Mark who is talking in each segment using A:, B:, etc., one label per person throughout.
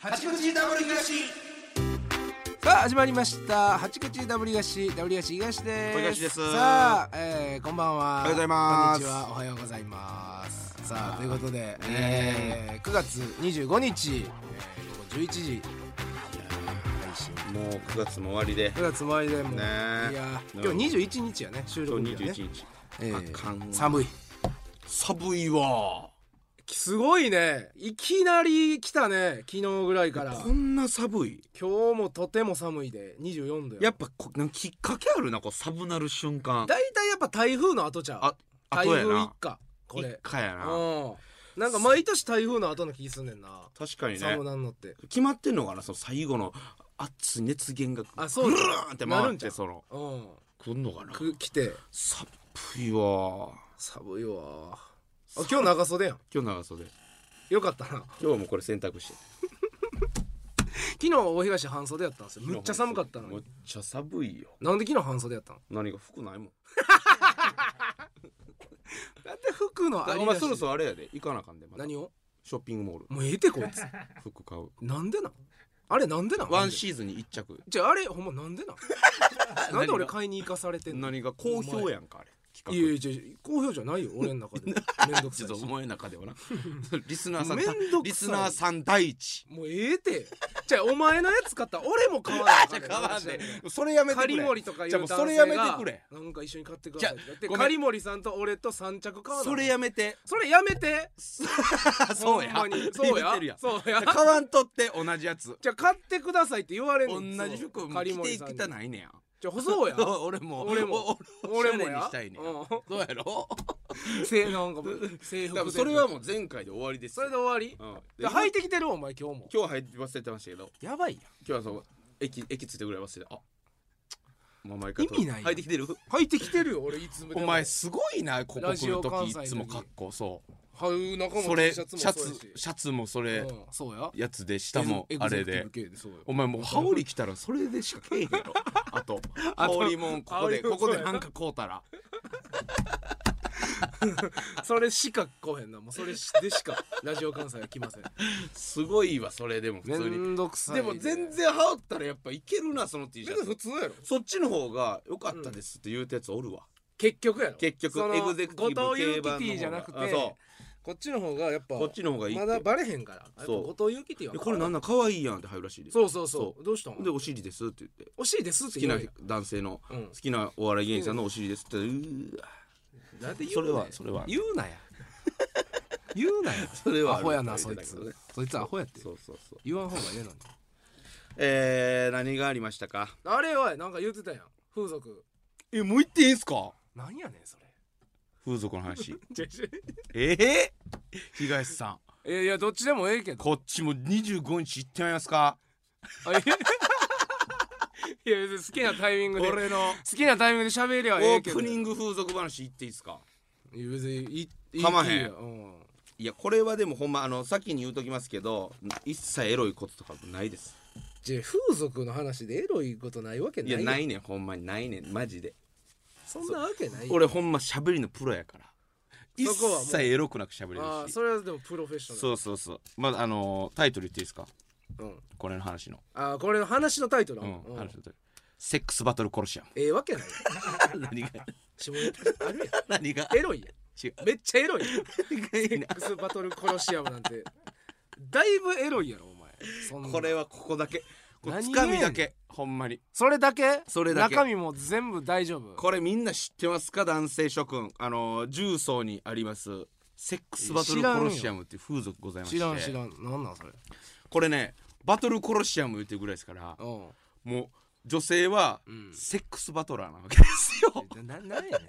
A: 八口ダブル東さあ始まりました八口ダブル東ダブル東東です
B: 小東です
A: さあ、えー、こんばんは
B: おはようございま
A: こん
B: す
A: にちはおはようございますさあということで、えー、9月25日、えー、午後11時いやー配信
B: もう9月も終わりで
A: 9月も終わりでもう、
B: ねえ
A: いやー今日21日やね収
B: 今
A: 録
B: 日
A: 日やね
B: 21日、
A: え
B: あかんわ
A: ー、寒い
B: 寒いわ
A: すごいねいきなり来たね昨日ぐらいから
B: こんな寒い
A: 今日もとても寒いで24度よ
B: やっぱこなんかきっかけあるなこう寒なる瞬間
A: 大体やっぱ台風の後ちゃう
B: ああ
A: 台
B: とや
A: 風一
B: な
A: 過こ
B: 一
A: れ
B: 回や
A: う
B: な
A: な
B: ん
A: んか毎年台風の後の気すんねんな
B: 確かにね
A: 寒なんのって
B: 決まってんのかなその最後の熱い熱源が
A: あそう
B: ぐるーんって
A: な
B: 回
A: る
B: っ
A: んちゃ
B: て
A: う
B: その
A: うん
B: 来んのかな
A: く来て
B: 寒いわ
A: 寒いわあ今日長袖やん
B: 今日長袖
A: よかったな
B: 今日もこれ洗濯して
A: 昨日大東半袖やったんですよむっちゃ寒かったの
B: むっ
A: に
B: ちゃ寒いよ
A: なんで昨日半袖やったの
B: 何が服ないもん
A: だって服のありだ
B: お前
A: し
B: そろそろあれやで行かなあかんでまた
A: 何を
B: ショッピングモール
A: もうええてこいつ
B: 服買う
A: なんでなんあれなんでなん
B: ワンシーズンに一着
A: じゃああれほんまなんでなん なんで俺買いに行かされてんの
B: 何が好評やんかあ
A: い
B: れ企
A: や
B: 画
A: いやいや好評じゃないよ俺の中でめんどく
B: ち
A: さ
B: ょっ
A: い
B: と
A: し
B: お前の中ではな リスナーさん
A: めんどくさい
B: リスナーさん第一
A: もうええてじゃあお前のやつ買ったら俺も買わなあ かんねん
B: 変わんねそれやめてくれ
A: 狩森とかいう
B: じゃあも
A: 男
B: うそれ
A: 性
B: や
A: が
B: めてくれ
A: なんか一緒に買ってくださいって言って
B: じゃあごめん
A: 狩森さんと俺と三着買わな
B: それやめ て
A: それやめて
B: そうや
A: ほんまにそう
B: 言
A: や
B: ってるやん
A: そうや
B: 買わんとって同じやつ
A: じゃあ買ってくださいって言われん
B: 同
A: ねん
B: じ服
A: そう
B: もう
A: 狩
B: 着
A: 森
B: て
A: さ
B: 汚
A: んに
B: いねや
A: じゃあそうや
B: 俺も
A: 俺も
B: お俺
A: 俺
B: も
A: も
B: おしゃれに
A: や
B: したいねや
A: う
B: そうやろ
A: ん せなんかもう制服
B: 多
A: で
B: 分それはもう前回で終わりです
A: それで終わり
B: うん
A: じゃあ履いてきてるお前今日も
B: 今日入って忘れてましたけど
A: やばいや
B: 今日はそう駅駅ついてぐらい忘れてあもう毎回
A: 意味ないやん
B: 入ってきてる
A: ん履いてきてるよ俺いつもで
B: お
A: も
B: 前すごいなここ
A: ラ
B: 来
A: ジ
B: る
A: オ関西
B: 時い
A: の時
B: つも格好そ
A: はい、中も
B: うそれシ
A: シャ
B: ャ
A: ツ
B: ツ
A: も
B: シ
A: そうやし
B: ャツもそれ
A: うん、そうや
B: やつで下もあれで
A: エグゼクティブ系そうよ
B: お前もう羽織来たらそれでしかけえへん やろあと羽織もんここで
A: 羽織も
B: こ
A: そう
B: こ
A: や
B: でなんかこうたら
A: それしか来へんなもうそれしでしかラジオ関西は来ません
B: すごいわそれでも普
A: め
B: 通に
A: んどくさい
B: でも全然羽織ったらやっぱいけるなその T シャ
A: 普通
B: ツ
A: やろ
B: そっちの方が良かったですって言うたやつおるわ
A: 結局やろ
B: 結局
A: その
B: エグゼクティブ
A: 後藤
B: 系
A: ユ
B: 版の
A: キティじゃなくて
B: あそう
A: こっちの方がやっぱ
B: こっちの方がいいって
A: まだバレへんからやっぱ
B: そう
A: 後藤ユキティは
B: えこれなんなん可愛いやんって入るらしいで
A: そうそうそう
B: そ
A: どうしたん
B: でお尻ですって言って
A: 惜しいですっ
B: 好
A: て
B: き
A: 言
B: な
A: うやん
B: 男性の
A: うん
B: 好きなお笑い芸人さんのお尻ですってうーわ
A: なんで言うねん
B: それはそれは
A: 言うなや言うなや
B: それは
A: ア
B: ある
A: ホやな
B: そ
A: そうい
B: だけ
A: つ
B: どね
A: そいつアホやって
B: そうそうそう
A: 言わん方がええのに
B: えー、何がありましたか
A: あれはなんか言ってたやん風俗
B: えもう言っていいんすか
A: なんやねんそれ
B: 風俗の話
A: ちょちょ
B: ええ東さん
A: いやいやどっちでもええけ ど
B: こっちも25日行ってみますか
A: あえいや別に好きなタイミングで好
B: 俺の
A: きなタイミングで喋り
B: オ
A: ゃええけ
B: ー
A: ど
B: プニング風俗話言っていいですか
A: いや別にいいいい
B: かまへ
A: い
B: ん
A: いようん
B: いやこれはでもほんまあの先に言うときますけど一切エロいこととかないです
A: じゃあ風俗の話でエロいことないわけない
B: いやないいねんほんまにないねんマジで
A: そんなわけないやん
B: 俺ほんましゃべりのプロやから一
A: そこはもう
B: 切エロくなくしゃべれる
A: ああ
B: し
A: それはでもプロフェッショナル
B: そうそうそうまああのータイトル言っていいですか
A: うん、
B: これの話の
A: ああこれの話のタイトル、
B: う、
A: うんん
B: 話のタイトルセックスバトルコロシアム
A: ええわけないやん
B: 何が
A: 下ネタあるや
B: 何が
A: んエロいや
B: 違うん
A: めっちゃエロいやん
B: 何がいいな
A: セックスバトルコロシアムなんてだいぶエロいやろお前そんな
B: これはここだけこれ
A: 何
B: つ
A: がや
B: か
A: ね
B: み
A: ん
B: だけほんまに
A: それだけ
B: それだけ
A: 中身も全部大丈夫
B: これみんな知ってますか男性諸君あのー重曹にありますセックスバトルコロシアムっていう風俗ございまして
A: 知らん知らんなんなんそれ
B: これねバトルコロシアム言ってるぐらいですから
A: うん
B: もう女性は
A: うん
B: セックスバトラーなわけですよ
A: ななんやねんそれ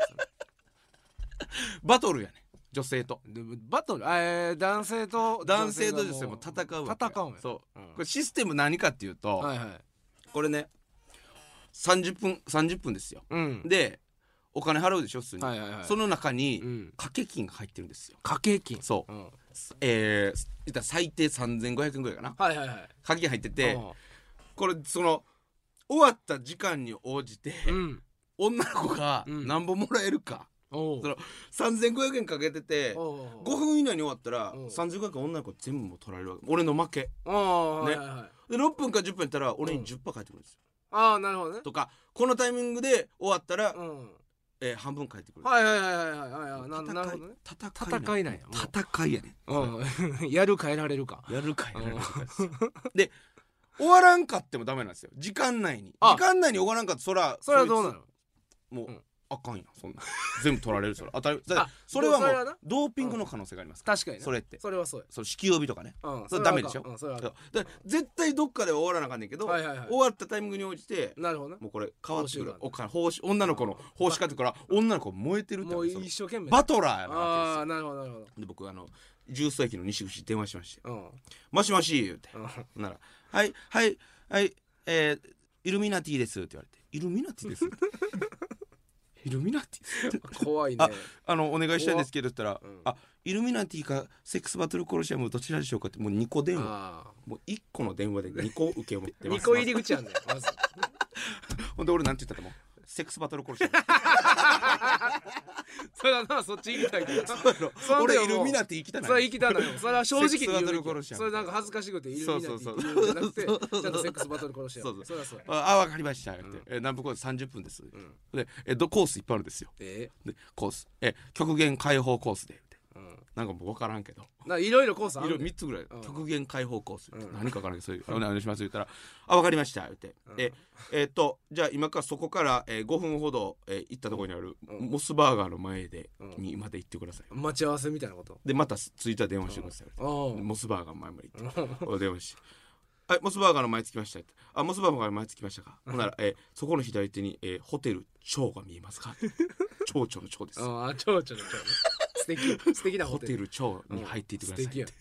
B: バトルやね女性と
A: でバトルあえー男性と
B: 男性と女性も戦うわけ
A: 戦うんや
B: そう、
A: うん
B: これシステム何かっていうと、
A: はいはい
B: これね30分30分ですよ
A: うん
B: でお金払うでしょ普通に、
A: はいはいはい
B: その中に
A: うん
B: 掛け金が入ってるんですよ
A: 掛け金
B: そう、
A: うん
B: えー、言ったら最低3500円ぐらいかな
A: はいはいはい
B: 掛け金入ってて、
A: うん
B: これその終わった時間に応じて、
A: うん
B: 女の子が
A: うん
B: 何本もらえるか、
A: おう
B: その3500円かけてて
A: おう
B: 5分以内に終わったら
A: うん
B: 3500円女の子全部もう取られるわけ俺の負け
A: おうおうは
B: ね
A: いはいはい
B: で6分か10分やったら俺に10%返ってくるんですよ、
A: ああなるほどね
B: とかこのタイミングで終わったら、
A: うん
B: えー半分返ってくる、
A: はいはいはいはいはいはいななるほどね
B: 戦い
A: 戦いなんや
B: 戦いやね
A: うん やる変えられるか
B: やるかやらない
A: うん
B: かですよ で終わらんかってもダメなんですよ時間内に
A: あ
B: 時間内に終わらんかってそら
A: それはどうな
B: そい
A: の
B: つもう、
A: うん
B: あかんやんそんな 全部取られるそれ当たりだから
A: あ
B: それはも
A: それは
B: う
A: な
B: ドーピングの可能性がありますから、
A: 確かにね
B: それって
A: それはそうや
B: その酒気帯びとかね
A: うん
B: それ
A: は
B: ダメでしょ
A: あかんうんそれはあか
B: そうだから絶対どっかでは終わらなあかんねんけど、
A: はいはいはい
B: 終わったタイミングに応じて
A: んなるほどね
B: もうこれ変わってく
A: 報酬
B: る
A: がある
B: お金報酬女の子の報酬かってから女の子燃えてるって
A: もう
B: その
A: 一生懸命
B: バトラーやなわ
A: ああなるほどなるほど
B: けですよで僕あの重曹駅の西口に電話しまして
A: うん
B: 「もしもし」言うて
A: うん
B: なら「はいはいはいえー、イルミナティです」って言われて「イルミナ ティです」イルミナティ
A: 怖いね
B: ああのお願いしたいんですけどって言ったら「
A: うん
B: あイルミナティかセックスバトルコロシアムどちらでしょうか」ってもう2個電話
A: あ
B: もう1個の電話で2個受け持って
A: ー
B: ます
A: 二個入り口やんねまず
B: ほんで俺なんて言ったと思うセックスバトルコロシアム
A: それはなそっち行きたいけどその時は
B: 俺
A: も
B: イ
A: う
B: ルミナティ行きた
A: それは
B: ない
A: 行きたないよそれは正直に言
B: セックスバトル
A: う
B: 殺
A: べ
B: し
A: き
B: やん
A: それなんか恥ずかしくてイルミナティって言うんじゃなくて ちゃんとセックスバトル殺しやん
B: そうそう
A: それはそうや
B: ああ分かりました」って、え南部コース30分です」でえどコースいっぱいあるんですよ
A: え
B: でコースえ極限解放コースでって
A: えうん
B: なんかもう分からんけど
A: ないろいろコースあ
B: いろ
A: る
B: いろ
A: ね
B: 3つぐらい、
A: うん
B: 極限解放コース、
A: うん
B: 何か分からんけどそういう「お願いします」言ったら「あ分かりました」言って、ええっとじゃあ今からそこから、えー、5分ほど、えー行ったところにある、
A: うん
B: モスバーガーの前で、
A: うん
B: にまで行ってください
A: 待ち合わせみたいなこと
B: でまたツイッター電話してください、
A: ああ
B: でモスバーガーの前まで行ってお電話して。はい、モスバーガーの前着きましたって。あ、モスバーガーの前着きましたか。ほんなら、えーそこの左手に、えーホテル蝶が見 えますか。蝶々の蝶です。
A: ああ蝶々の 蝶ね素敵素敵な
B: ホ
A: ホテ
B: テ
A: ル
B: ル蝶に入っていってください
A: 素敵
B: っ
A: や
B: て。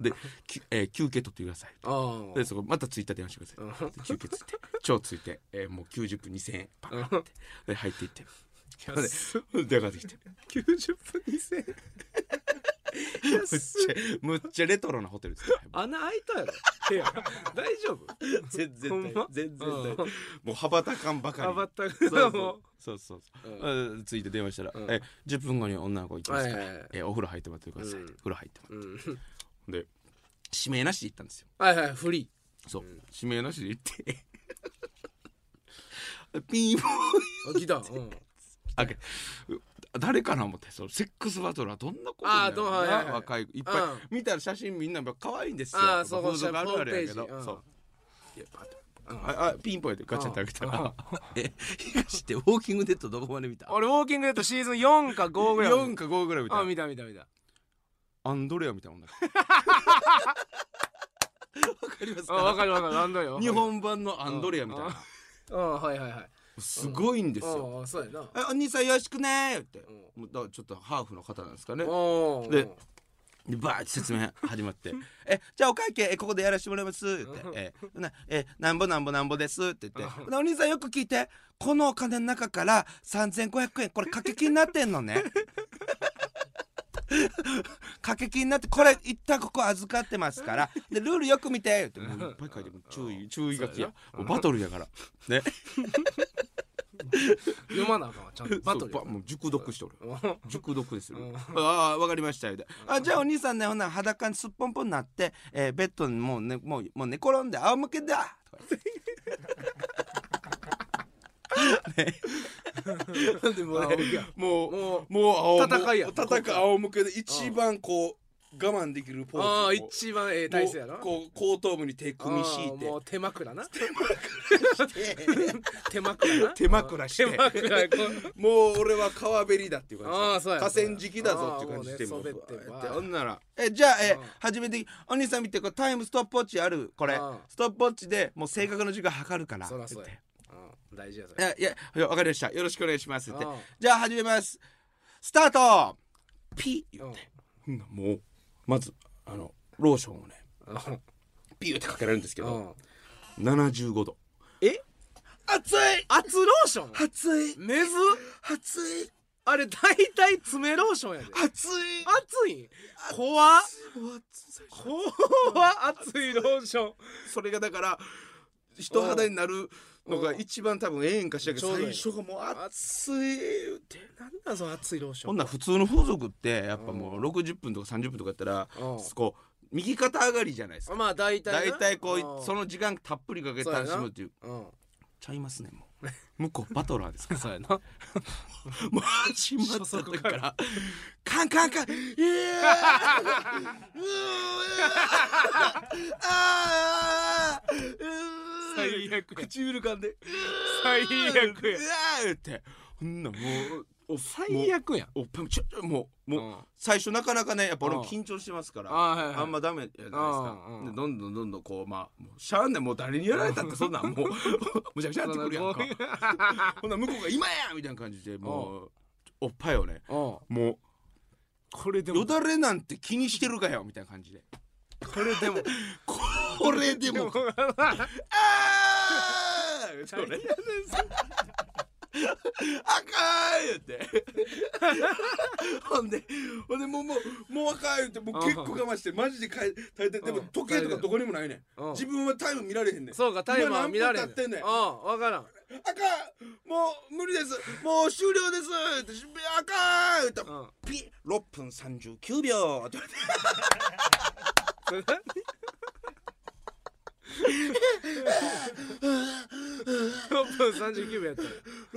B: で、きゅえー休憩取ってください。
A: ああ
B: で、そこまたツイッター電話してください。で休憩ついて、蝶ついて、えーもう90分2000円パカってで入ってい って。で、電話できて。
A: 90分2000円
B: むっちゃ、むっちゃレトロなホテルですね。
A: 穴開いたやろ部屋大丈夫
B: 全
A: ほんま
B: 全
A: うん
B: もう羽ばたかんばかり。
A: あばった
B: そうそう
A: も
B: そうそうそうう、うんついて電話したら、
A: うん
B: え10分後に女の子行きますから、
A: はいはいはい
B: えお風呂入ってもらってください、
A: うん
B: 風呂入っても
A: う、うん、
B: らってで指名なしで行ったんですよ
A: はいはいフリ
B: そう、指名なしで行って ピンポン
A: ーあ来た、うん、
B: あけ誰かな思ってそのセックスバトルはどんな子な
A: あ
B: ん
A: ー
B: だ
A: ど
B: ろ
A: う
B: うな
A: はいはいはい
B: 若い子いっぱい、
A: うん
B: 見たら写真みんな可愛いんですよ
A: あーそう
B: 風俗あるあるやけど、
A: ホームページうん
B: そういやパッと
A: うん
B: ああピンポンでガチャって開けたら「 え東ってウォーキングデッドどこまで見た?」
A: 俺ウォーキングデッドシーズン4か5ぐらい
B: 4か5ぐらい見た
A: あ見た見た見た
B: アンドレアみたいな女わかります
A: あわ
B: か
A: かるわかるなんだよ
B: 日本版のアンドレアみたい
A: うん
B: な
A: うんはいはいはい
B: すごいんですよ
A: ああそうやな
B: 「えお兄さんよろしくね」って
A: う
B: もうだからちょっとハーフの方なんですかね
A: お
B: ででバーって説明始まって「えじゃあお会計えここでやらせてもらいます」って「えなえなんぼなんぼなんぼです」って言ってで「お兄さんよく聞いてこのお金の中から3500円これ掛け金になってんのね」 掛け金になってこれ一旦ここ預かってますからでルールよく見てってもういっぱい書いてもう注意注意書きやもうバトルやからね
A: 読まなあかんわちゃんとバトル
B: そうばもう熟読しておる
A: や
B: 熟読ですよ、
A: うん
B: ああわかりましたよあじゃあお兄さんねほな裸にすっぽんぽんなって、えーベッドにもう,、ね、もうもう寝転んで仰向けだとか言ってねでもね
A: 仰向けや
B: もう
A: も
B: もう仰向
A: 戦いや
B: 戦い仰向けで一番こう我慢できる
A: う
B: ポーズ
A: ああ
B: こう
A: 一番ええ体勢やな
B: こう後頭部に手組み敷い
A: ああも
B: て
A: う手枕な手枕な
B: 手枕して
A: 手枕こう
B: もう俺は川べりだっていう感じ
A: ああそうや
B: 河川敷だぞっていう感じで
A: ああもうね
B: もう
A: そうべって
B: こう
A: ば
B: やってほんならえじゃあえ
A: ああ
B: 初めてお兄さん見てこれタイムストップウォッチあるこれ
A: ああ
B: ストップウォッチでもう正確な時間測るから
A: そらそう
B: って
A: やうん大事やそ
B: い
A: れ
B: やいやいやわかりましたよろしくお願いしますって
A: ああ
B: じゃあ始めますスタートピー言
A: う
B: っ
A: ん
B: てほんならもうまずあのローションをねピーってかけられるんですけ
A: う
B: ど
A: ん
B: 75度
A: え
B: 熱い
A: 熱ローション
B: 熱い
A: めず
B: 熱い
A: あれ大体爪ローションやで
B: 熱い
A: 熱いん怖っ
B: うわ熱い
A: 怖っ熱いローション
B: それがだから人肌になるのが一番多分ええんかしらんけど
A: ちょうどい
B: 最
A: い
B: 初がもう熱
A: 熱い言うてなんなんその熱いローショ
B: ほ
A: ン
B: んなら普通の風俗ってやっぱもう60分とか30分とかやったら
A: うん
B: こう右肩上がりじゃないですか
A: まあ大体
B: 大
A: な
B: 体こう
A: うん
B: その時間たっぷりかけて楽しむっていう
A: うん
B: ちゃいますねも う向こうバトラーですから
A: そうやな
B: もう始まった時からカンカンカンいやーうーあーうー
A: 最悪や
B: 唇噛んで
A: 最悪や
B: うわーってほんならもうお
A: 最
B: も
A: 悪やん
B: うおっぱいちょちょもうもう、
A: うん
B: 最初なかなかねやっぱ俺も
A: うん
B: 緊張してますから
A: あはいはい
B: あんまダメじゃないですか
A: うんうん
B: でどんどんどんどんこうまあもうしゃあんねんもう誰にやられたってそんなんもうむちゃくちゃやってくるやんか ほんなら向こうが「今や!」みたいな感じでもうおっぱいをね
A: うん
B: も
A: これで
B: うよ
A: も
B: だれなんて気にしてるかよみたいな感じで
A: これでも
B: これ でもあーそれ赤いって ほんでほんでもうもうもう赤いってもう結構我慢してマジでかい耐えてでも
A: うん
B: 時計とかどこにもないねん
A: うん
B: 自分はタイム見られへんねん
A: そうかタイマー見られ
B: 今何分経ってんねん
A: うん分からん
B: 赤もう無理ですもう終了ですって赤いって
A: うん
B: ピ6分39秒って
A: そ れ何6分39秒やったら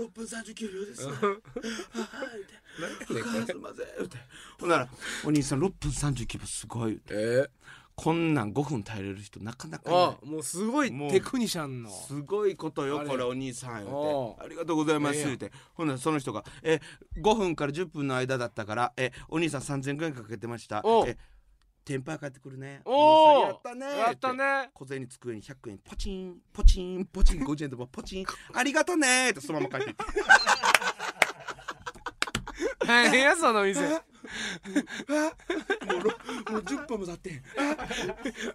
B: 6分39秒です
A: 何やねんこ
B: すいません」言うてほんなら「お兄さん6分39分すごい」言うて
A: れ
B: こんなん5分耐えれる人なかなかい
A: あ
B: な
A: もうすごい
B: もう
A: テクニシャンの
B: いすごいことよ
A: あれ
B: これお兄さん」言う
A: お
B: て「
A: う
B: ありがとうございます」
A: ええや
B: 言
A: ん
B: うてほんならその人が「え5分から10分の間だったからえお兄さん3000円かけてました」
A: おう
B: えテンパー買ってくるね
A: おう
B: 兄さんやったね」
A: やった ね
B: 小銭机に100円ポチンポチンポチン50円とかポチンありがとねってそのまま帰っていって
A: 大変やその店
B: もうろもう10分も経って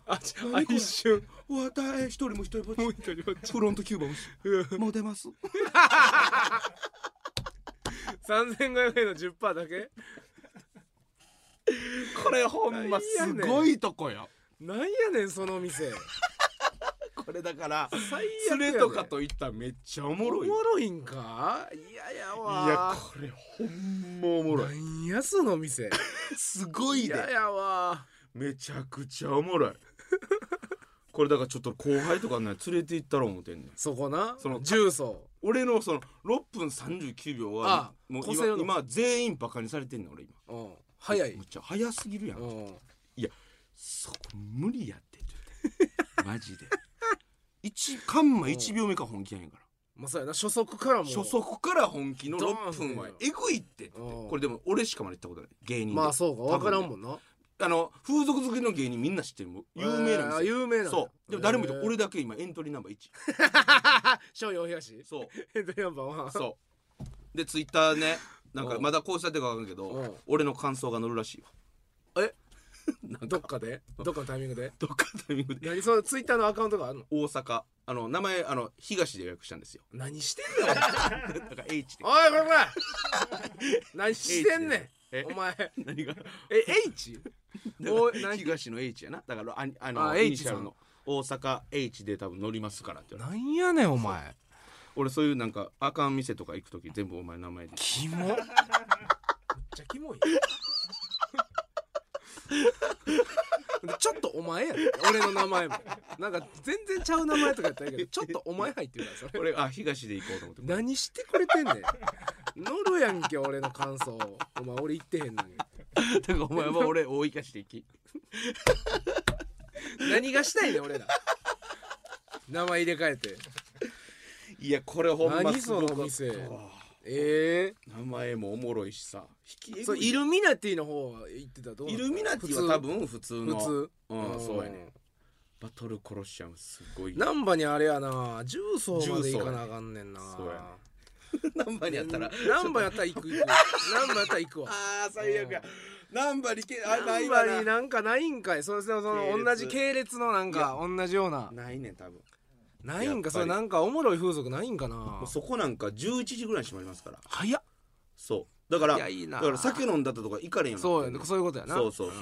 A: あちょあ一瞬
B: 終わったえ一人も一人ぼっち
A: もう一人こっち
B: フロント9番押しもう出ます
A: 3500円の10%だけ
B: これほんますごいとこよ
A: なんやねんその店
B: これだから
A: 最悪やで
B: 連れとかといったらめっちゃおもろい
A: お
B: よ
A: もろいんかいややわ
B: いやこれほんまおもろい
A: なんやその店
B: すごい
A: いや
B: で
A: やわ
B: めちゃくちゃおもろい これだからちょっと後輩とかね連れて行ったら思ってんねん
A: そこな
B: そ
A: そ
B: の
A: の重曹
B: 俺のその6分39秒は
A: あ
B: もう
A: 個
B: 今
A: 性の
B: 今全員バカにされてんねん俺今
A: うん早い
B: むっちゃ早すぎるやん
A: うん
B: そこ無理やってって 言ってマジで一カンマ1秒目か本気やねんから
A: まあそうやな初速からもう
B: 初速から本気の
A: ド
B: 6
A: ーン
B: 分はえぐいってって
A: うん
B: これでも俺しかまだ行ったことない芸人で
A: まあそうか分
B: 多
A: か
B: 分ね
A: らんもんな
B: あの風俗好きの芸人みんな知ってるもう有名なんですよ、
A: えー有名なんだ
B: そうでも誰もいて
A: えー
B: 俺だけ今エントリーナンバー1
A: 翔陽東
B: そう
A: ヘッドナンバーは
B: そうでツイッターねなんか
A: うん
B: まだこうしたってかわかんないけ
A: う
B: ど
A: ん
B: 俺の感想が載るらしいわ
A: え
B: なん
A: どっ
B: か
A: かでどっかのタイミングで
B: どっかのタイミングで
A: 何そのツイッターのアカウントがあるの
B: 大阪あの名前あの東で予約したんで すよ
A: 何してんの
B: だから H で
A: おいこれこれ何してんねん
B: え
A: お前 え
B: 何が
A: H?
B: お
A: お何
B: 東の H やなだからああの
A: あ
B: イ
A: H
B: ニシャルの大阪 H で多分乗りますからって言われた
A: なんやねんお前
B: 俺そういうなんかあかん店とか行く時全部お前名前で
A: キモめっちゃキモいやん ちょっとお前やね俺の名前もなんか全然ちゃう名前とかやったらいいけどちょっとお前入ってるからそれ
B: 俺あ東で行こうと思って
A: 何してくれてんねん乗るやんけ俺の感想お前俺言ってへんのに
B: だからお前は俺大生かして行き
A: 何がしたいねん俺ら名前入れ替えて
B: いやこれほんますごかった
A: 何その店え
B: 名前もおもろいしさ引き
A: え
B: 絵
A: そうイルミナティの方は言ってたらどうな
B: イ
A: の
B: ルミナティは多分普通の
A: 普通
B: うん
A: ん
B: そうやねバトルコロッシアムすごい
A: 難波にあれやな重曹まで行かなあかんねんな
B: そうやね何番にやったら
A: 難波やったら行 く行く難波やったら行くわ
B: あー最悪や何番にけあない
A: 難
B: わ
A: 波
B: な
A: になんかないんかいそれそのそ
B: 系
A: の
B: 列
A: 同じ系列のなんか同じような
B: ないねん多分
A: ないん
B: やっぱり
A: かそれなんかおもろい風俗ないんかな
B: もうそこなんか11時ぐらいに閉まりますから
A: 早っ
B: そうだから
A: いやいいな
B: だから酒飲んだとか行かれんよ
A: そうや
B: にな
A: ね
B: ってんねん
A: そういうことやな
B: そうそうそう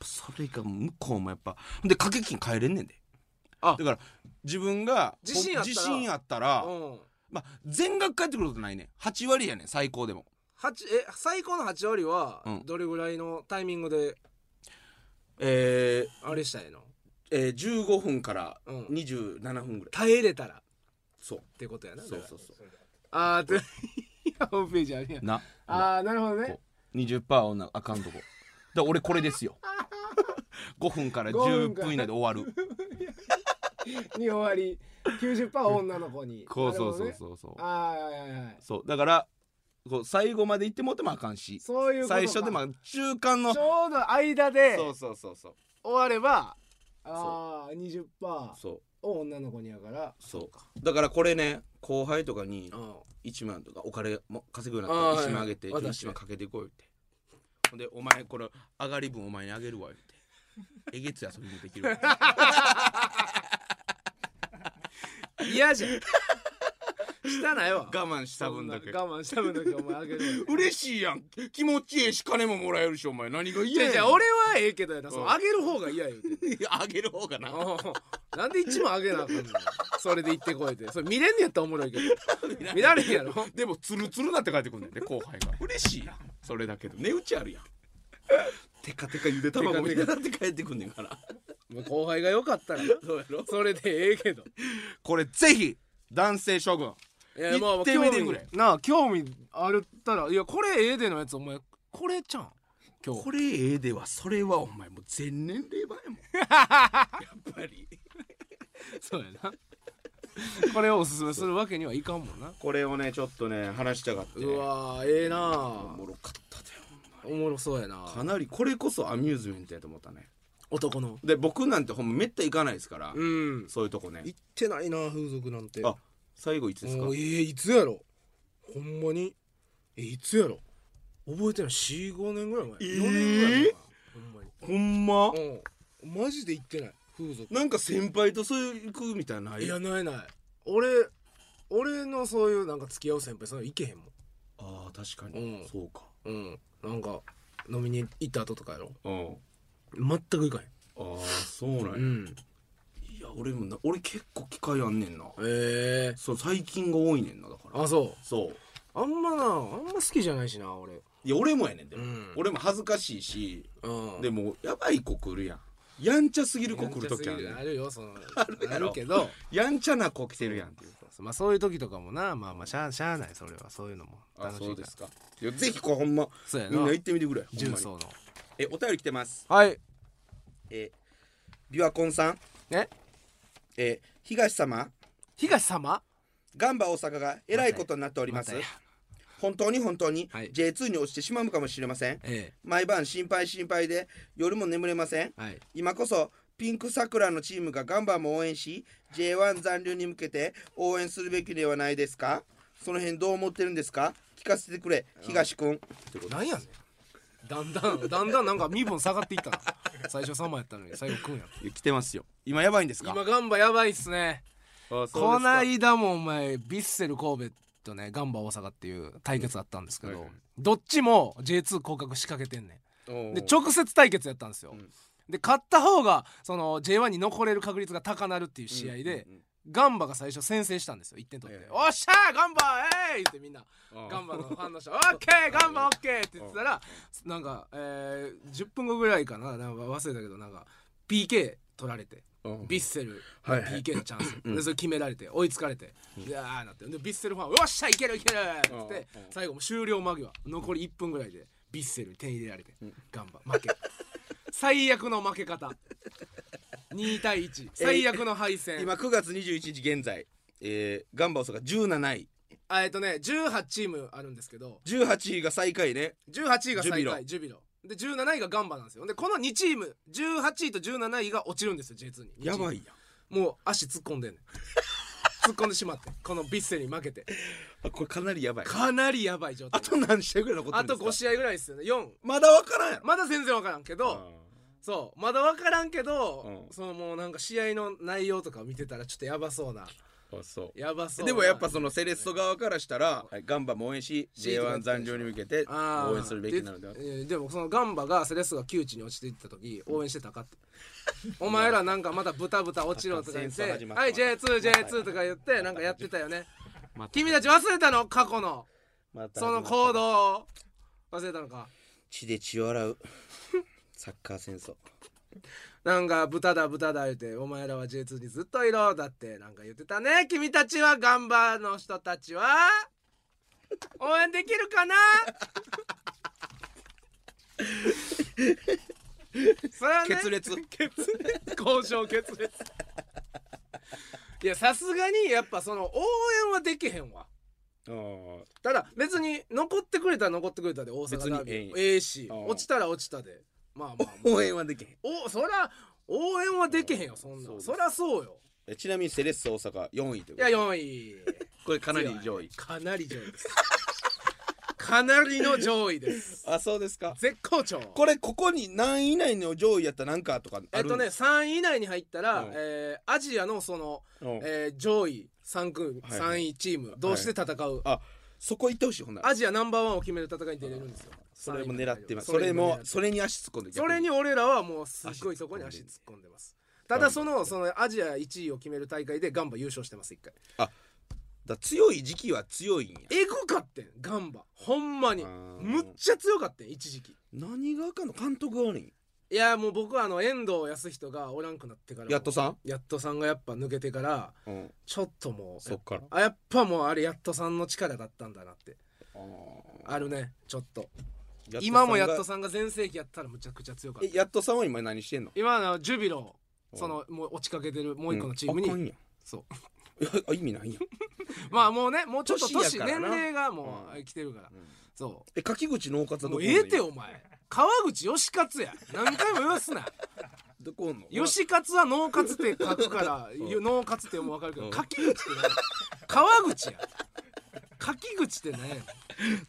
B: そうそれが向こうもやっぱほんで掛け金変えれんねんで
A: あ
B: だから自分が
A: 自信あったら
B: 自信あったら、
A: うん
B: まあ、全額返ってくることないね8割やね最高でも
A: 八え最高の8割は
B: うん
A: どれぐらいのタイミングで
B: えー
A: あれしたいの、
B: えー、15分から
A: うん
B: 27分ぐらい
A: 耐えれたらっ
B: そう
A: てことやな
B: そうそうそう
A: ああーっていやホームページあるやん
B: な
A: ああなるほどね
B: 20%女あかんとこだから俺これで すよ5分から10分以内で終わる
A: に終わり90%女の子 に
B: こうそうそうそうそう、
A: ああーはいはいはい
B: そうだからこう最後まで行ってもってもあかんし
A: そういうことか
B: 最初でも中間の
A: ちょうど間で
B: そ
A: 終
B: うそうそうそう
A: わればああ20%
B: そう
A: を女の子にやから
B: そうかだからこれね後輩とかに
A: うん
B: 1万とかお金も稼ぐようになったら
A: あー
B: 1万あげて
A: はいはい
B: 1万かけてこいってほんでお前これ上がり分お前にあげるわ言 ってえげつ遊びもでき るわ
A: 嫌じゃん したないわ
B: 我慢した分だけ
A: そんな我慢した分だけお前あげるわ
B: 嬉しいやん気持ちいいし金ももらえるしお前何が
A: い
B: 嫌
A: や
B: や
A: いや俺はええけどやな、そ
B: うん
A: のあげる方が嫌よ言うて
B: あげる方がな
A: うんなんで一万あげなあかんのそれで行ってこいってそれ見れんねやったらおもろいけ ど見られんやろ
B: でもツルツルなって帰ってくるんだよね後輩が 嬉しいやんそれだけど値打ちあるやん テカテカゆで卵みたいになって帰ってくんねんから
A: もう後輩がよかったらな
B: そうやろ
A: それでええけど
B: これぜひ男性諸君
A: い
B: やまあ行ってみてくれ
A: 興味なあ興味あるったらいやこれええでのやつお前これちゃん今日
B: これええではそれはお前もう全年齢版やもんやっぱり
A: そうやな これをおすすめするわけにはいかんもんな
B: これをねちょっとね話したかっ た
A: うわーええな
B: お
A: あ
B: もろかったでほん
A: お
B: ま
A: もろそうやな
B: かなりこれこそアミューズメントやと思ったね
A: 男の
B: で僕なんてほんまめった行かないですから、
A: うん
B: そういうとこね
A: 行ってないな風俗なんて
B: あ最後いつですか
A: もうえーいつやろほんまにえいつやろ覚えてない45年ぐらい前、
B: えー
A: 四年ぐらい前か
B: ほんま、
A: なほんまにうんマジで行ってない風俗
B: なんか先輩とそういう行くみたいなのない
A: いやないない俺俺のそういうなんか付き合う先輩そんなの行けへんもん
B: ああ確か
A: うん
B: そうか
A: うんなんか飲みに行った後とかやろ
B: うん
A: 全く行かへん
B: ああそうなんや、
A: うん
B: いや俺もな俺結構機会あんねんな
A: ええ
B: そう最近が多いねんなだから
A: あそ
B: そう
A: うあんまなあんま好きじゃないしな俺
B: いや俺もやねんでも、
A: うん
B: 俺も恥ずかしいし、
A: うん
B: でもやばい子来るやんやんちゃすぎる子来る時あ
A: やんちゃすぎ
B: るやん
A: るあるよその
B: るやろ
A: あるけど
B: やんちゃな子来てるやんっていう
A: まあそういう時とかもなまあまあしゃあしゃあないそれはそういうのも
B: あ
A: 楽しいから
B: そうですかいやぜひこれほんま
A: そうや
B: みん
A: な
B: な行ってみてくれほん
A: 重
B: ま
A: 曹
B: に
A: の
B: えお便り来てます
A: はい
B: え琵琶湖さん
A: ね
B: え東様
A: 東様
B: ガンバ大阪がえらいことになっております
A: またや
B: 本当に本当に
A: はい
B: J2 に落ちてしまうかもしれません
A: え
B: 毎晩心配心配で夜も眠れません
A: えはい
B: 今こそピンクさくらのチームがガンバも応援し J1 残留に向けて応援するべきではないですかその辺どう思ってるんですか聞かせてくれ東くん
A: なんやねんだんだんだんだんなんか身分下がっていったな最初様やったのに最後くんや
B: 来てますよ今やばいんです
A: 今ガンバやばいっすねこないだもお前ヴィッセル神戸とねガンバ大阪っていう対決あったんですけど、
B: うんはいはい
A: どっちも J2 降格仕掛けてんねん
B: で
A: で直接対決やったんですよ、
B: うん
A: で勝った方がその J1 に残れる確率が高なるっていう試合で、ガンバが最初先制したんですよ1点取って「
B: はい
A: おっしゃーガンバえい!」ってみんなガンバのファンの人「オッ ケーガンバオッケー!」って言ってたらなんか、えー10分後ぐらいかななんか忘れたけどなんか PK 取られてビッセル
B: はい
A: PK のチャンス、
B: ん
A: でそれ決められて追いつかれて、いやーなってでヴィッセルファン「よっしゃいけるいける!」って言って
B: うんうん
A: 最後もう終了間際残り1分ぐらいでヴィッセルに点入れられて、
B: ん
A: ガンバ 負け最悪の負け方2対1最悪の敗戦、
B: 今9月21日現在えーガンバ大阪17位
A: あえっとね18チームあるんですけど
B: 18位が最下位ね
A: 18位が最
B: ジュビロ
A: 下位ジュビロで17位がガンバなんですよでこの2チーム18位と17位が落ちるんですよ J2 に
B: やば
A: い
B: いやん
A: もう足突っ込んで んねん突っ込んでしまってこのヴィッセルに負けて
B: あこれかなりやばい
A: かなりやばい状態
B: あと何試合ぐらい残って
A: あ
B: るんで
A: と
B: すか
A: 5試合ぐらいですよね4
B: まだわからんやろ
A: まだ全然分からんけどそうまだ分からんけど
B: うん
A: そのもうなんか試合の内容とか見てたらちょっとやばそうな
B: あそう
A: やばそうな
B: でもやっぱそのセレッソ側からしたら、はいガンバも応援し J1 残留に向けて
A: あー
B: 応援するべきなのでは
A: でえーでもそのガンバがセレッソが窮地に落ちていった時応援してたかってお前らなんかまたブタブタ落ちろとか言って「
B: 戦争
A: は
B: 始まったわ
A: い J2J2」とか言ってなんかやってたよね君たち忘れたの過去の
B: また
A: その行動を忘れたのか
B: 血で血を洗うサッカー戦争
A: なんか豚だ豚だ言うてお前らは J2 にずっといろだってなんか言ってたね君たちはガンバの人たちは応援できる かなそれはね
B: 決裂
A: 交渉決裂いやさすがにやっぱその応援はできへんわ
B: あー
A: ただ別に残ってくれたら残ってくれたで大阪ダービーも
B: 別に
A: ええし
B: あー
A: 落ちたら落ちたでまあまあまあ
B: 応援はできへん
A: おそら応援はできへんよそん
B: そう
A: な
B: です
A: そりゃそうよ
B: えちなみにセレッソ大阪4位という
A: い
B: こ
A: や
B: と
A: 4位
B: これかなり上位
A: かなり上位ですかなりの上位です
B: あそうですか
A: 絶好調
B: これここに何位以内の上位やったらなんかとかあ
A: えっ
B: る
A: とね3位以内に入ったら、
B: うん
A: えーアジアのその、
B: うん
A: えー上位3組、
B: はい
A: 3位チーム同士で戦う、
B: あそこ行ってほしいほんなら
A: アジアナンバーワンを決める戦いに出れるんですよ
B: それも狙ってます
A: 3
B: そ
A: 位
B: れ
A: 以内に入
B: も
A: る
B: それに足突っ込んで
A: それに俺らはもうすっごい
B: 足
A: そ
B: 突っ込
A: こ
B: ん
A: に
B: で
A: 足突っ込んでますただそのそのアジア1位を決める大会でガンバ優勝してます一回
B: だ強い時期は強いんや
A: えぐかってんガンバほんまに
B: あー
A: むっちゃ強かってん一時期
B: 何があかんの監督が悪いん
A: いやもう僕はあの遠藤康人がおらんくなってから
B: やっとさん、
A: やっとさんがやっぱ抜けてから
B: うん、
A: ちょっともう
B: そっから
A: あやっぱもうあれやっとさんの力だったんだなって
B: あ
A: あるねちょっと
B: ー
A: 今もやっと
B: さ
A: さんが全盛期やったらむちゃくちゃ強かっ
B: ん
A: た
B: えやっとさんは今何してんの
A: 今のジュビロそのもう落ちかけてるもう一個のチームに、
B: うんあかんやん
A: そう
B: いやあ意味ないやん
A: まあもうねもうちょっと
B: 年
A: 年
B: やから
A: 年
B: な
A: 齢がもう
B: うん
A: 来てるから、そ
B: え柿口の勝
A: う
B: は
A: も
B: ど
A: う
B: こおんの
A: ええてお前川口義勝や何回も言わすな
B: どこおんの
A: 義勝は脳活って書くから
B: う
A: 脳活ってもう分かるけ
B: う
A: ど
B: ん
A: 柿口って何川口や柿口って何やね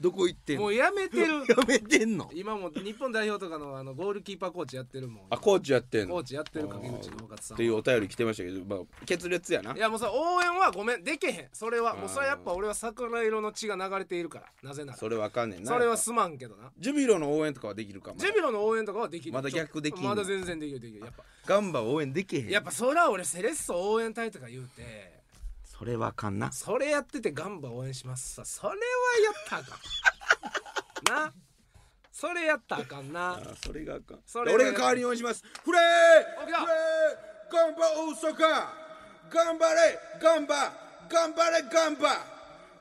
B: どこ行って
A: ん
B: ん
A: も
B: の
A: うやめてる
B: やめてんの
A: 今もう日本代表とかのあのゴールキーパーコーチやってるもん
B: あコーチやってん
A: コ
B: の
A: ー
B: っ
A: チやってる柿口の脳活さん
B: て
A: は
B: いうお便り来てましたけど、まあ、決裂やない
A: やもうそれ応援はごめんできへんそれは
B: ー
A: もうそれはやっぱ俺は桜色の血が流れているからなぜならそ
B: そ
A: れ
B: れわかんねんな
A: はすまんけどな
B: ジュビロの応援とかはできるかも
A: ジュビロの応援とかはできる
B: まだ逆できんの
A: まだ全然できるできるやっぱ
B: ガンバ応援できへん
A: やっぱそら俺セレッソ応援隊とか言うて
B: それわかんな
A: それやっててガンバ応援しますさそれはやったらあかんなそれやったらあかんな
B: あそれがあかん
A: それは
B: 俺が代わりに応援しますフレー
A: 起き
B: フレー
A: た
B: 頑張大阪頑張れ頑張頑張れ頑張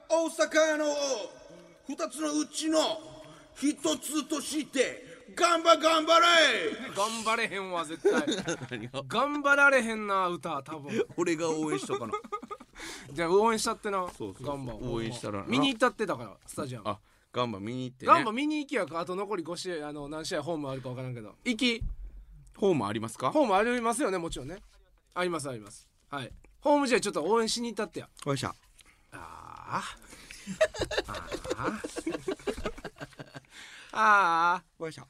B: 大阪の二つのうちの一つとして頑張頑張れ
A: 頑張れへんわ絶対頑張られへんな歌多分
B: 俺が応援しとかな
A: じゃあ応援しちゃってな
B: そうそう
A: ガンバを
B: 応援したらな
A: 見に行ったってだからスタジアム
B: あガンバ見に行って、ね、
A: ガンバ見に行きやからあと残り5試合あの何試合ホームあるか分からんけど行き
B: ホームありますか
A: ホームありますよねもちろんねありますありますはいホーム試合ちょっと応援しに行ったってや
B: よいしょ
A: ああ ああ
B: よいしょ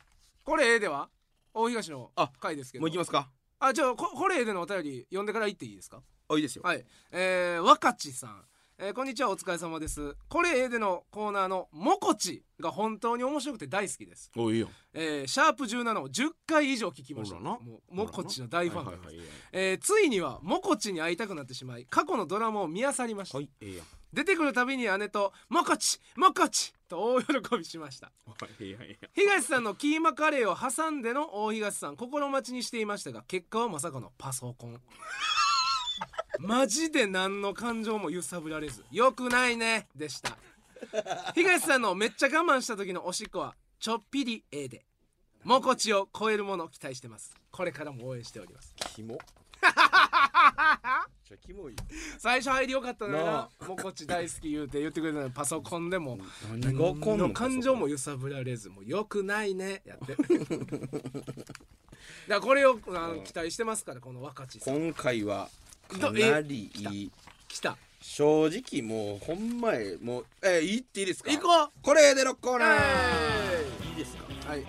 A: これええでは大東の
B: あ
A: 回ですけど
B: もう行きますか
A: あじゃあここれええでのお便り読んでから行っていいですか
B: あいいですよ、
A: はい、えー、若地さん、えーこんにちはお疲れ様ですこれええでのコーナーのもこちが本当に面白くて大好きです
B: おいいよ
A: えーシャープ17を10回以上聞きました
B: ほらな
A: もうもこちの大ファンです
B: はいはいはい
A: えーついにはもこちに会いたくなってしまい過去のドラマを見漁りました、
B: はいええやん
A: 出てくるたびに姉と「もこちもこち!」と大喜びしました
B: はいいやいや
A: 東さんのキーマカレーを挟んでの大東さん心待ちにしていましたが結果はまさかのパソコンマジで何の感情も揺さぶられず「よくないね」でした東さんのめっちゃ我慢した時のおしっこはちょっぴりええでもこちを超えるものを期待してますこれからも応援しております
B: キモじゃキモい
A: 最初入りよかった
B: な
A: なもこち大好き言うて言ってくれたのにパソコンでも
B: 何が怒んの
A: の感情も揺さぶられずもうよくないねやって だからこれをあの期待してますからこの若ちさん
B: 今回はかなりいい
A: 来た
B: 正直もうほんまへもうえー、いいっていいですか
A: 行こう
B: これでのコーナー
A: イ
B: いいですか、
A: はい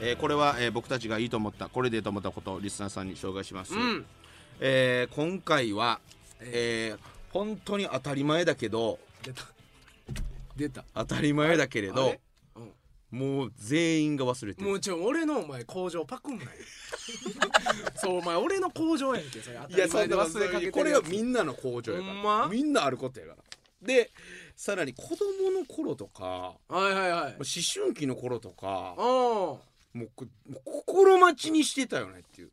B: えー、これは、えー、僕たちがいいと思ったこれでいいと思ったことをリスナーさんに紹介します、
A: うん
B: えー、今回はえー、本当に当たり前だけど
A: 出た出た
B: 当たり前だけれ
A: あ
B: ど
A: れうん
B: もう全員が忘れて
A: も
B: る
A: うちょ俺のお前工場パク んなよそうお前俺の工場やんけそれ当
B: い
A: た
B: や
A: り
B: そ
A: 前
B: ん
A: で
B: な
A: 忘れかけて
B: こ
A: る
B: れ
A: や
B: は
A: つ
B: みんなの工場やから、
A: ほんま
B: みんなあることやからでさらに子供の頃とか
A: はいはいはい
B: もう思春期の頃とか
A: お
B: もうこもう心待ちにしてたよねっていう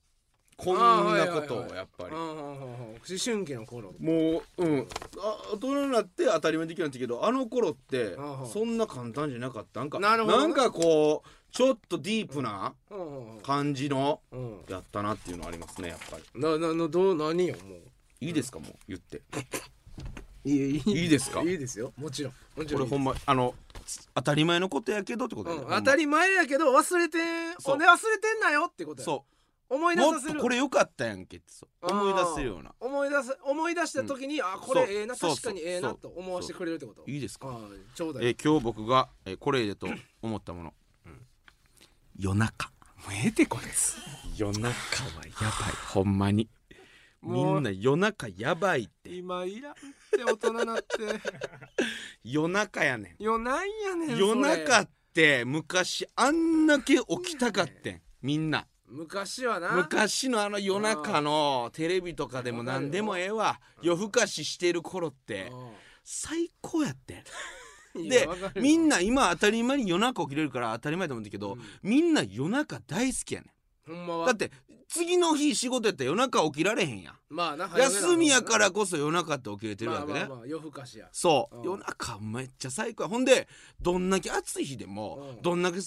B: こんなこと
A: あーはいはいはい
B: を
A: はい
B: やっぱ
A: うん
B: り
A: うんうんうん思春期の頃
B: もううんあ大人になって当たり前できるんだけどあの頃って
A: あは
B: そんな簡単じゃなかったなんか
A: なるほどね
B: んかこうちょっとディープな
A: うんうん
B: 感じの
A: うんうん
B: やったなっていうのありますねやっぱり
A: なななどう何よもう
B: いいですかもう言って
A: いいい
B: いいですか
A: いいですよもちろんもち
B: こ
A: ろ
B: れ
A: ん
B: ほんまあのつ当たり前のことやけどってこと
A: う
B: や
A: ん
B: ね、
A: 当たり前やけど忘れて
B: そう
A: ほんで忘れてんなよってことや
B: そ
A: 思いう出
B: も
A: さ
B: っ
A: せ
B: と
A: る
B: これ良かったやんけってそう
A: あー
B: 思い出せるような
A: 思い出す思い出した時に、あこれ
B: そう
A: ええな
B: そう
A: 確かにええな
B: そう
A: と思わせてくれるってこと
B: いいですか、
A: あーちょうだい
B: えー今日僕が、えーこれでと思ったもの、夜中
A: もうええてこいつ
B: 夜中はやばいほんまにみ
A: もうん
B: な夜中やばいって
A: 今いらんって大人なって
B: 夜中やね
A: よなんやね
B: ん
A: ん
B: 夜
A: そ
B: 中
A: れ
B: って昔あんだけ起きたかってんみんな
A: 昔はな
B: 昔のあの夜中のテレビとかでも何でもええわ夜更かししてる頃って最高やってん
A: うんい
B: で
A: やわかるよ
B: みんな今当たり前に夜中起きれるから当たり前だと思うんだけど、
A: うん
B: みんな夜中大好きやね
A: ほんま
B: ん
A: は
B: だって次の日仕事やったら夜中起きられへんやん
A: まあな早寝な
B: 休みやからこそ夜中って起きれてるわけね、
A: まあまあまあ夜更かしや
B: そう、
A: うん
B: 夜中めっちゃ最高やほんでどんだけ暑い日でも、
A: うん
B: どんだけ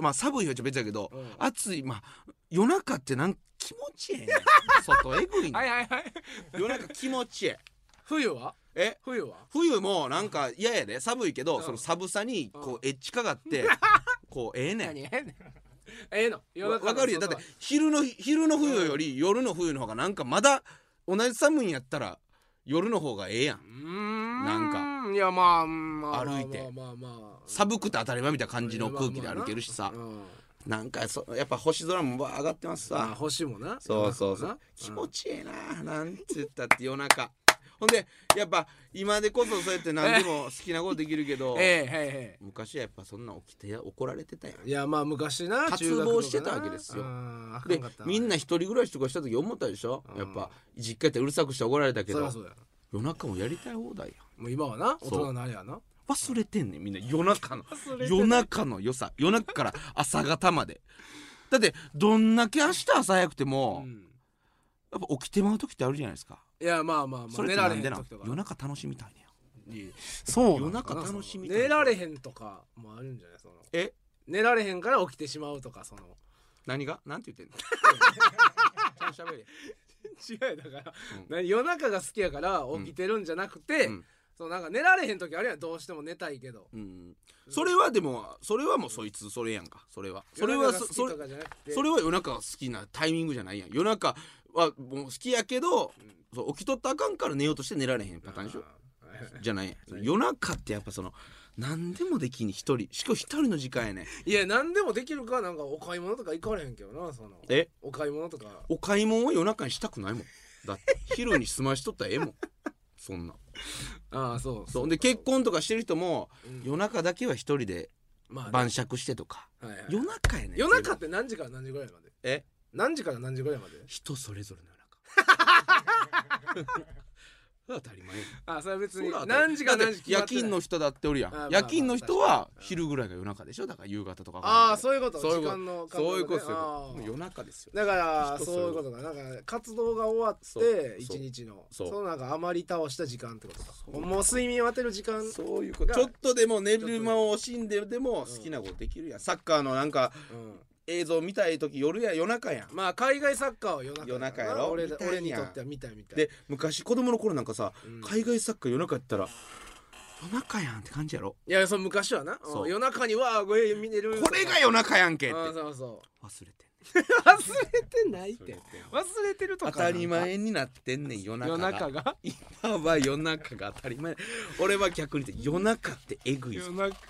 B: まあ寒い日はちょっと別やけど、
A: うん
B: 暑いまあ夜中ってなん気持ちええ ねん外えぐいねん
A: はいはいはい
B: 夜中気持ちええ
A: 冬は
B: え
A: 冬は
B: 冬もなんか嫌やで寒いけど、
A: うん
B: その寒さにこうエッジかかって、 こうええねん
A: 何ええねんええの夜
B: わ
A: 中の
B: わかるよだって
A: 外は
B: 昼の昼の冬より夜の冬の方がなんかまだ同じ寒いんやったら夜の方がええや
A: う
B: ん
A: ーん
B: なん
A: かいやまあまあまあ
B: 歩いて
A: まあまあまあ
B: 寒くて当たり前みたいな感じの空気で歩けるしさ
A: うん
B: なんかそやっぱ星空もわー上がってます
A: まあ
B: さ
A: 星もな
B: そうそうそう気持ちええななんつったって夜中ほんでやっぱ今でこそそうやって何で も好きなことできるけど
A: え えええ
B: 昔はやっぱそんな起きて怒られてたやん
A: ええいやまあ昔な
B: 渇
A: 中
B: 望
A: 学とかな
B: してたわけですよ
A: うんあか
B: で
A: んかった
B: みんな一人暮らしとかした時思ったでしょ
A: うん
B: やっぱ実家やってうるさくして怒られたけ
A: そり
B: ど
A: ゃそうや
B: 夜中もやりたい放題やん
A: もう今はな
B: そ
A: 大
B: う
A: 人のあれやな
B: 忘れてんねんみんな夜中の
A: 忘れてない
B: 夜中の良さ夜中から朝方までだってどんだけ明日朝早くて
A: う
B: も、
A: ん
B: やっぱ起きてまう時ってあるじゃないですか、
A: いやまあまあま
B: そ
A: あ
B: れ
A: 寝
B: って
A: られ
B: な
A: へ
B: ん
A: ん
B: でなん
A: 時とか
B: 夜中楽しみたいねや
A: いやそう
B: 夜
A: なのか
B: 中
A: な
B: 楽しみ
A: その寝られへんとかもあるんじゃないその
B: え
A: 寝られへんから起きてしまうとかその
B: 何がなんて言ってんのちゃんと喋れ
A: 違いだから、
B: うん
A: 何夜中が好きやから起きてるんじゃなくて、
B: うん
A: そのなんか寝られへん時あるやんどうしても寝たいけど
B: うんそれはでもそれはもうそいつそれやんかそれはそれは
A: 夜中
B: そ
A: が好き
B: それ
A: とかじゃなくて
B: それは夜中が好きなタイミングじゃないやん夜中はもう好きやけど、そう起きとったらあかんから寝ようとして寝られへんパターンでしょ
A: あー
B: じゃない夜中ってやっぱその何でもできに一人しかも一人の時間やねん
A: いや何でもできるかなんかお買い物とか行かれへんけどなその
B: え
A: お買い物とか
B: お買い物を夜中にしたくないもん だって昼に済ましとったらええもんそんな
A: ああそう
B: そうで結婚とかしてる人も
A: うん
B: 夜中だけは一人で
A: まあね
B: 晩酌してとか
A: はいはい
B: 夜中やねん
A: 夜中って何時から何時ぐらいまで
B: え
A: 何時から何時ぐらいまで
B: 人それぞれの夜中 当たり前やん
A: あそれは別
B: そ
A: に
B: うだ
A: 何時から
B: だっ
A: 何
B: て
A: 時決ま
B: 夜
A: ってない
B: 勤の人だっておるや
A: あまあ
B: ん夜勤の人
A: まあ
B: は
A: 確かに
B: 昼ぐらいが夜中でしょだから夕方とか
A: ああそういうこと
B: そういう
A: 時
B: こと
A: 間の感覚ね
B: そういうことですよ
A: あー
B: もう夜中ですよ
A: だからそ
B: 人それぞれ
A: ういうことかなんか活動が終わ
B: そ
A: っ
B: うそう
A: て一日の
B: そう
A: のなんか余り倒した時間ってことか
B: そう
A: もう睡眠を当てる時間
B: そういうこと
A: が
B: ちょっとでも寝る間を惜しんででも好きなことできるやんサッカーのなんか
A: うん
B: 映像見たい時夜や夜中やん
A: まあ海外サッカーは夜中
B: 夜中や
A: な
B: ろ
A: 俺
B: 見たいやん
A: 俺にとっては見たいみたい
B: で昔子供の頃なんかさ、
A: うん
B: 海外サッカー夜中やったら夜中やんって感じやろ
A: いやその昔はな
B: そう
A: うん夜中にわあこれ見れる
B: これが夜中やんけって
A: あー
B: 忘
A: そうそう
B: れてん
A: 忘れてないっ
B: ね
A: て
B: ん
A: 忘れてると
B: 当
A: か
B: たり前になってんねん夜中
A: 夜
B: が
A: 中が
B: 今は夜中が当たり前俺は逆に言って夜中ってえぐいぞ
A: 夜中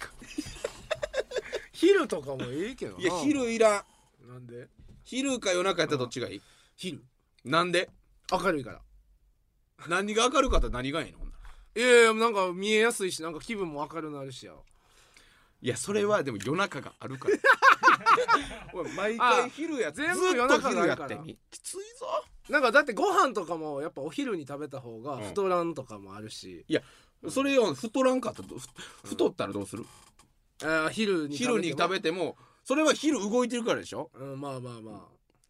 A: 昼とかもいいけどない
B: や昼いらん
A: なんで
B: 昼か夜中やったらどっちがいい
A: 昼
B: なんで
A: 明るいから
B: 何が明るかったら何がいいのほんなら
A: いやいやなんか見えやすいしなんか気分も明るくなるしや
B: いやそれはでも夜中があるからおい毎
A: あ
B: 回昼や
A: 全部
B: ずっと
A: 夜中があ
B: 昼
A: る
B: や
A: から
B: ってみきついぞ
A: なんかだってご飯とかもやっぱお昼に食べた方が
B: うん
A: 太らんとかもあるし、
B: いやそれを太らんかったらどうふ太ったらどうする、
A: あー昼に
B: 昼に食べてもそれは昼動いてるからでしょ
A: べ、うん、まあまあまあ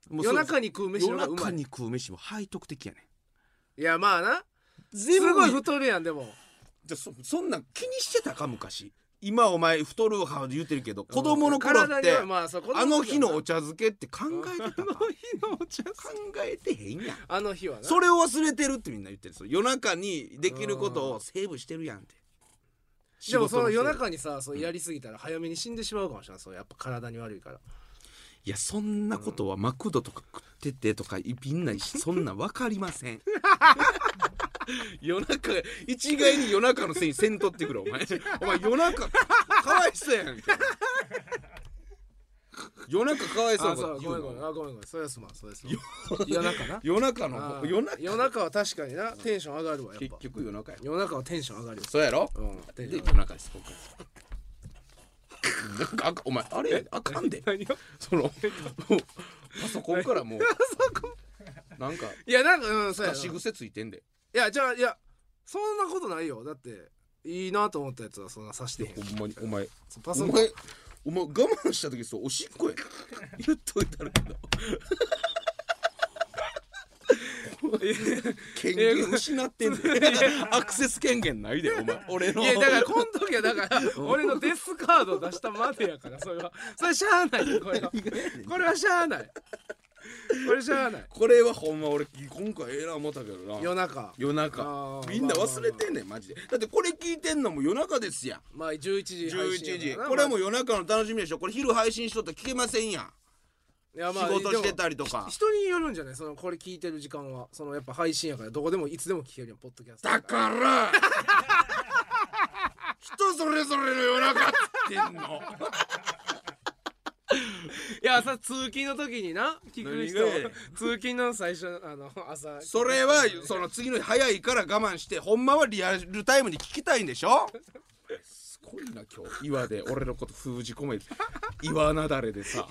B: もうそ
A: 夜
B: れ
A: 中に食う飯の
B: 夜
A: 方がうま
B: 中
A: い
B: に食う飯も背徳的やね
A: いやまあなんす
B: 全
A: ごい太るやんでも
B: じゃそそんなん気にしてたか昔今お前太る派言ってるけど子供の頃
A: 体
B: っ
A: に
B: て
A: はまあそう子供
B: あの日のお
A: 頃
B: 茶漬けって考えてたか考
A: はなあの日のお茶
B: えてへんやん
A: あの日はな
B: それを忘れてるってみんな言ってるそう夜中にできることをセーブしてるやんって
A: でもその
B: 仕事
A: 夜
B: せい
A: 中にさそうやりすぎたら早めに死んでしまうかもしれないそうやっぱ体に悪いから
B: いやそんなことはマクドとか食っててとかみんなそんなん分かりませ ん夜中一概に夜中のせいにせんとってくれお前 お前夜中かわいそうやんけ夜中かわいそう
A: あ
B: なこ
A: そ
B: と
A: う
B: 言
A: ごめご
B: うん
A: めん
B: の
A: あごめんごめんそうですまんそうですまん 夜中な
B: 夜中
A: あ
B: の
A: ー
B: 夜中
A: 夜中は確かになテンション上がるわやっ
B: 結
A: ぱ
B: 局夜中や
A: 夜中はテンション上がるよ
B: そうやろ、
A: うんテンショ
B: で
A: ン上が
B: 夜中です僕なんかあかんお前あれあかんで
A: る何を
B: そのもうパソコンか らもうなんか
A: いやなんかうんそうや
B: 出
A: な
B: し癖ついてんで
A: いやじゃあいやそんなことないよだっていいなと思ったやつはそんなさしてへん
B: ほんまにお前
A: そうパ
B: お
A: ソコン
B: 前お前我慢した時そうおしっこや言っといたらけど権限失ってんねんアクセス権限ないでお前俺の
A: い やだからこの時はだから俺のデスカードを出したまでやからそれはそれしゃあないよこれはこれはしゃあないこれしゃあない
B: これはほんま俺今回ええな思ったけど
A: 夜
B: な
A: 中
B: 夜
A: あ
B: 中
A: ー
B: みんな忘れてんねんマジでだってこれ聞いてんのも夜中ですやん
A: まあ11時配信
B: 11
A: や
B: 時
A: からな
B: これはもう夜中の楽しみでしょこれ昼配信しとったら聞けませんやん
A: いや
B: 仕事してたりと
A: でも
B: か
A: 人によるんじゃないそのこれ聞いてる時間はそのやっぱ配信やからどこでもいつでも聞けるよポッドキャスト
B: だから 人それぞれの夜中っつってんの
A: いやさ通勤の時にな聞く人
B: 何がや
A: 通勤の最初あの朝
B: それはその次の日早いから我慢してほんまはリアルタイムに聞きたいんでしょすごいな今日岩で俺のこと封じ込め て岩なだれでさ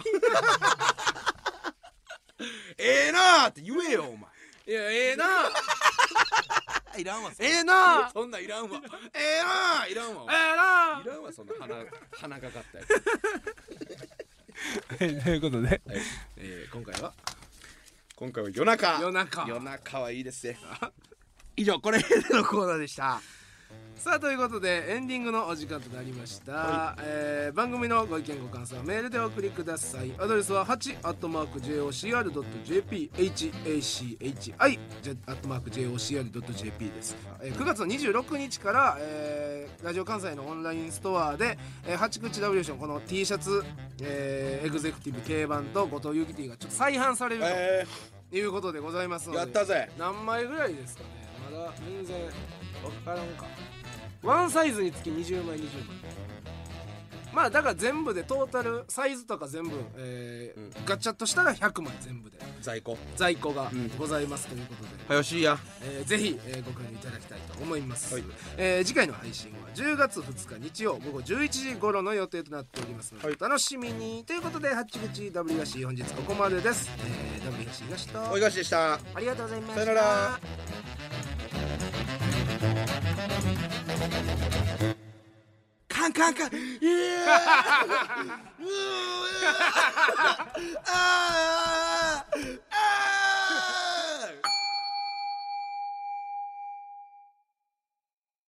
B: ええなーって言えよお前
A: いやえ えな
B: いらんわ
A: ええな
B: そんなんいらんわええなーいらんわお
A: え
B: 前
A: え
B: いらんわそんな鼻鼻がかったやつ
A: なということで
B: はい
A: えー今回は
B: 今回は夜中
A: 夜中
B: 夜中はいいですね以上これのコーナーでした
A: さあということでエンディングのお時間となりました、えー番組のご意見ご感想はメールでお送りくださいアドレスは 8-jocr.jp hachi-jocr.jp です、えー9月26日から、えーラジオ関西のオンラインストアで、えー、八口 W ションこの T シャツ、えーエグゼクティブ K 版と後藤ゆき T がちょっと再販される
B: え
A: ということでございますの
B: ー、
A: で、
B: やったぜ
A: 何枚ぐらいですかねまだ全然分からんかワンサイズにつき20枚20枚まあだから全部でトータルサイズとか全部、えー
B: うん
A: ガチャッとしたら100枚全部で
B: 在庫
A: 在庫が
B: うん
A: ございますということで、
B: 早しいや
A: えーぜひ、えーご購入いただきたいと思います、
B: はい
A: えー次回の配信は10月2日日曜午後11時頃の予定となっておりますので、
B: はい
A: お楽しみにということで「ハッチ口 W がし」本日ここまでです、えー、W がし東と
B: おいがしでした
A: ありがとうございました
B: さよならカンカンカンうえーうーあーあー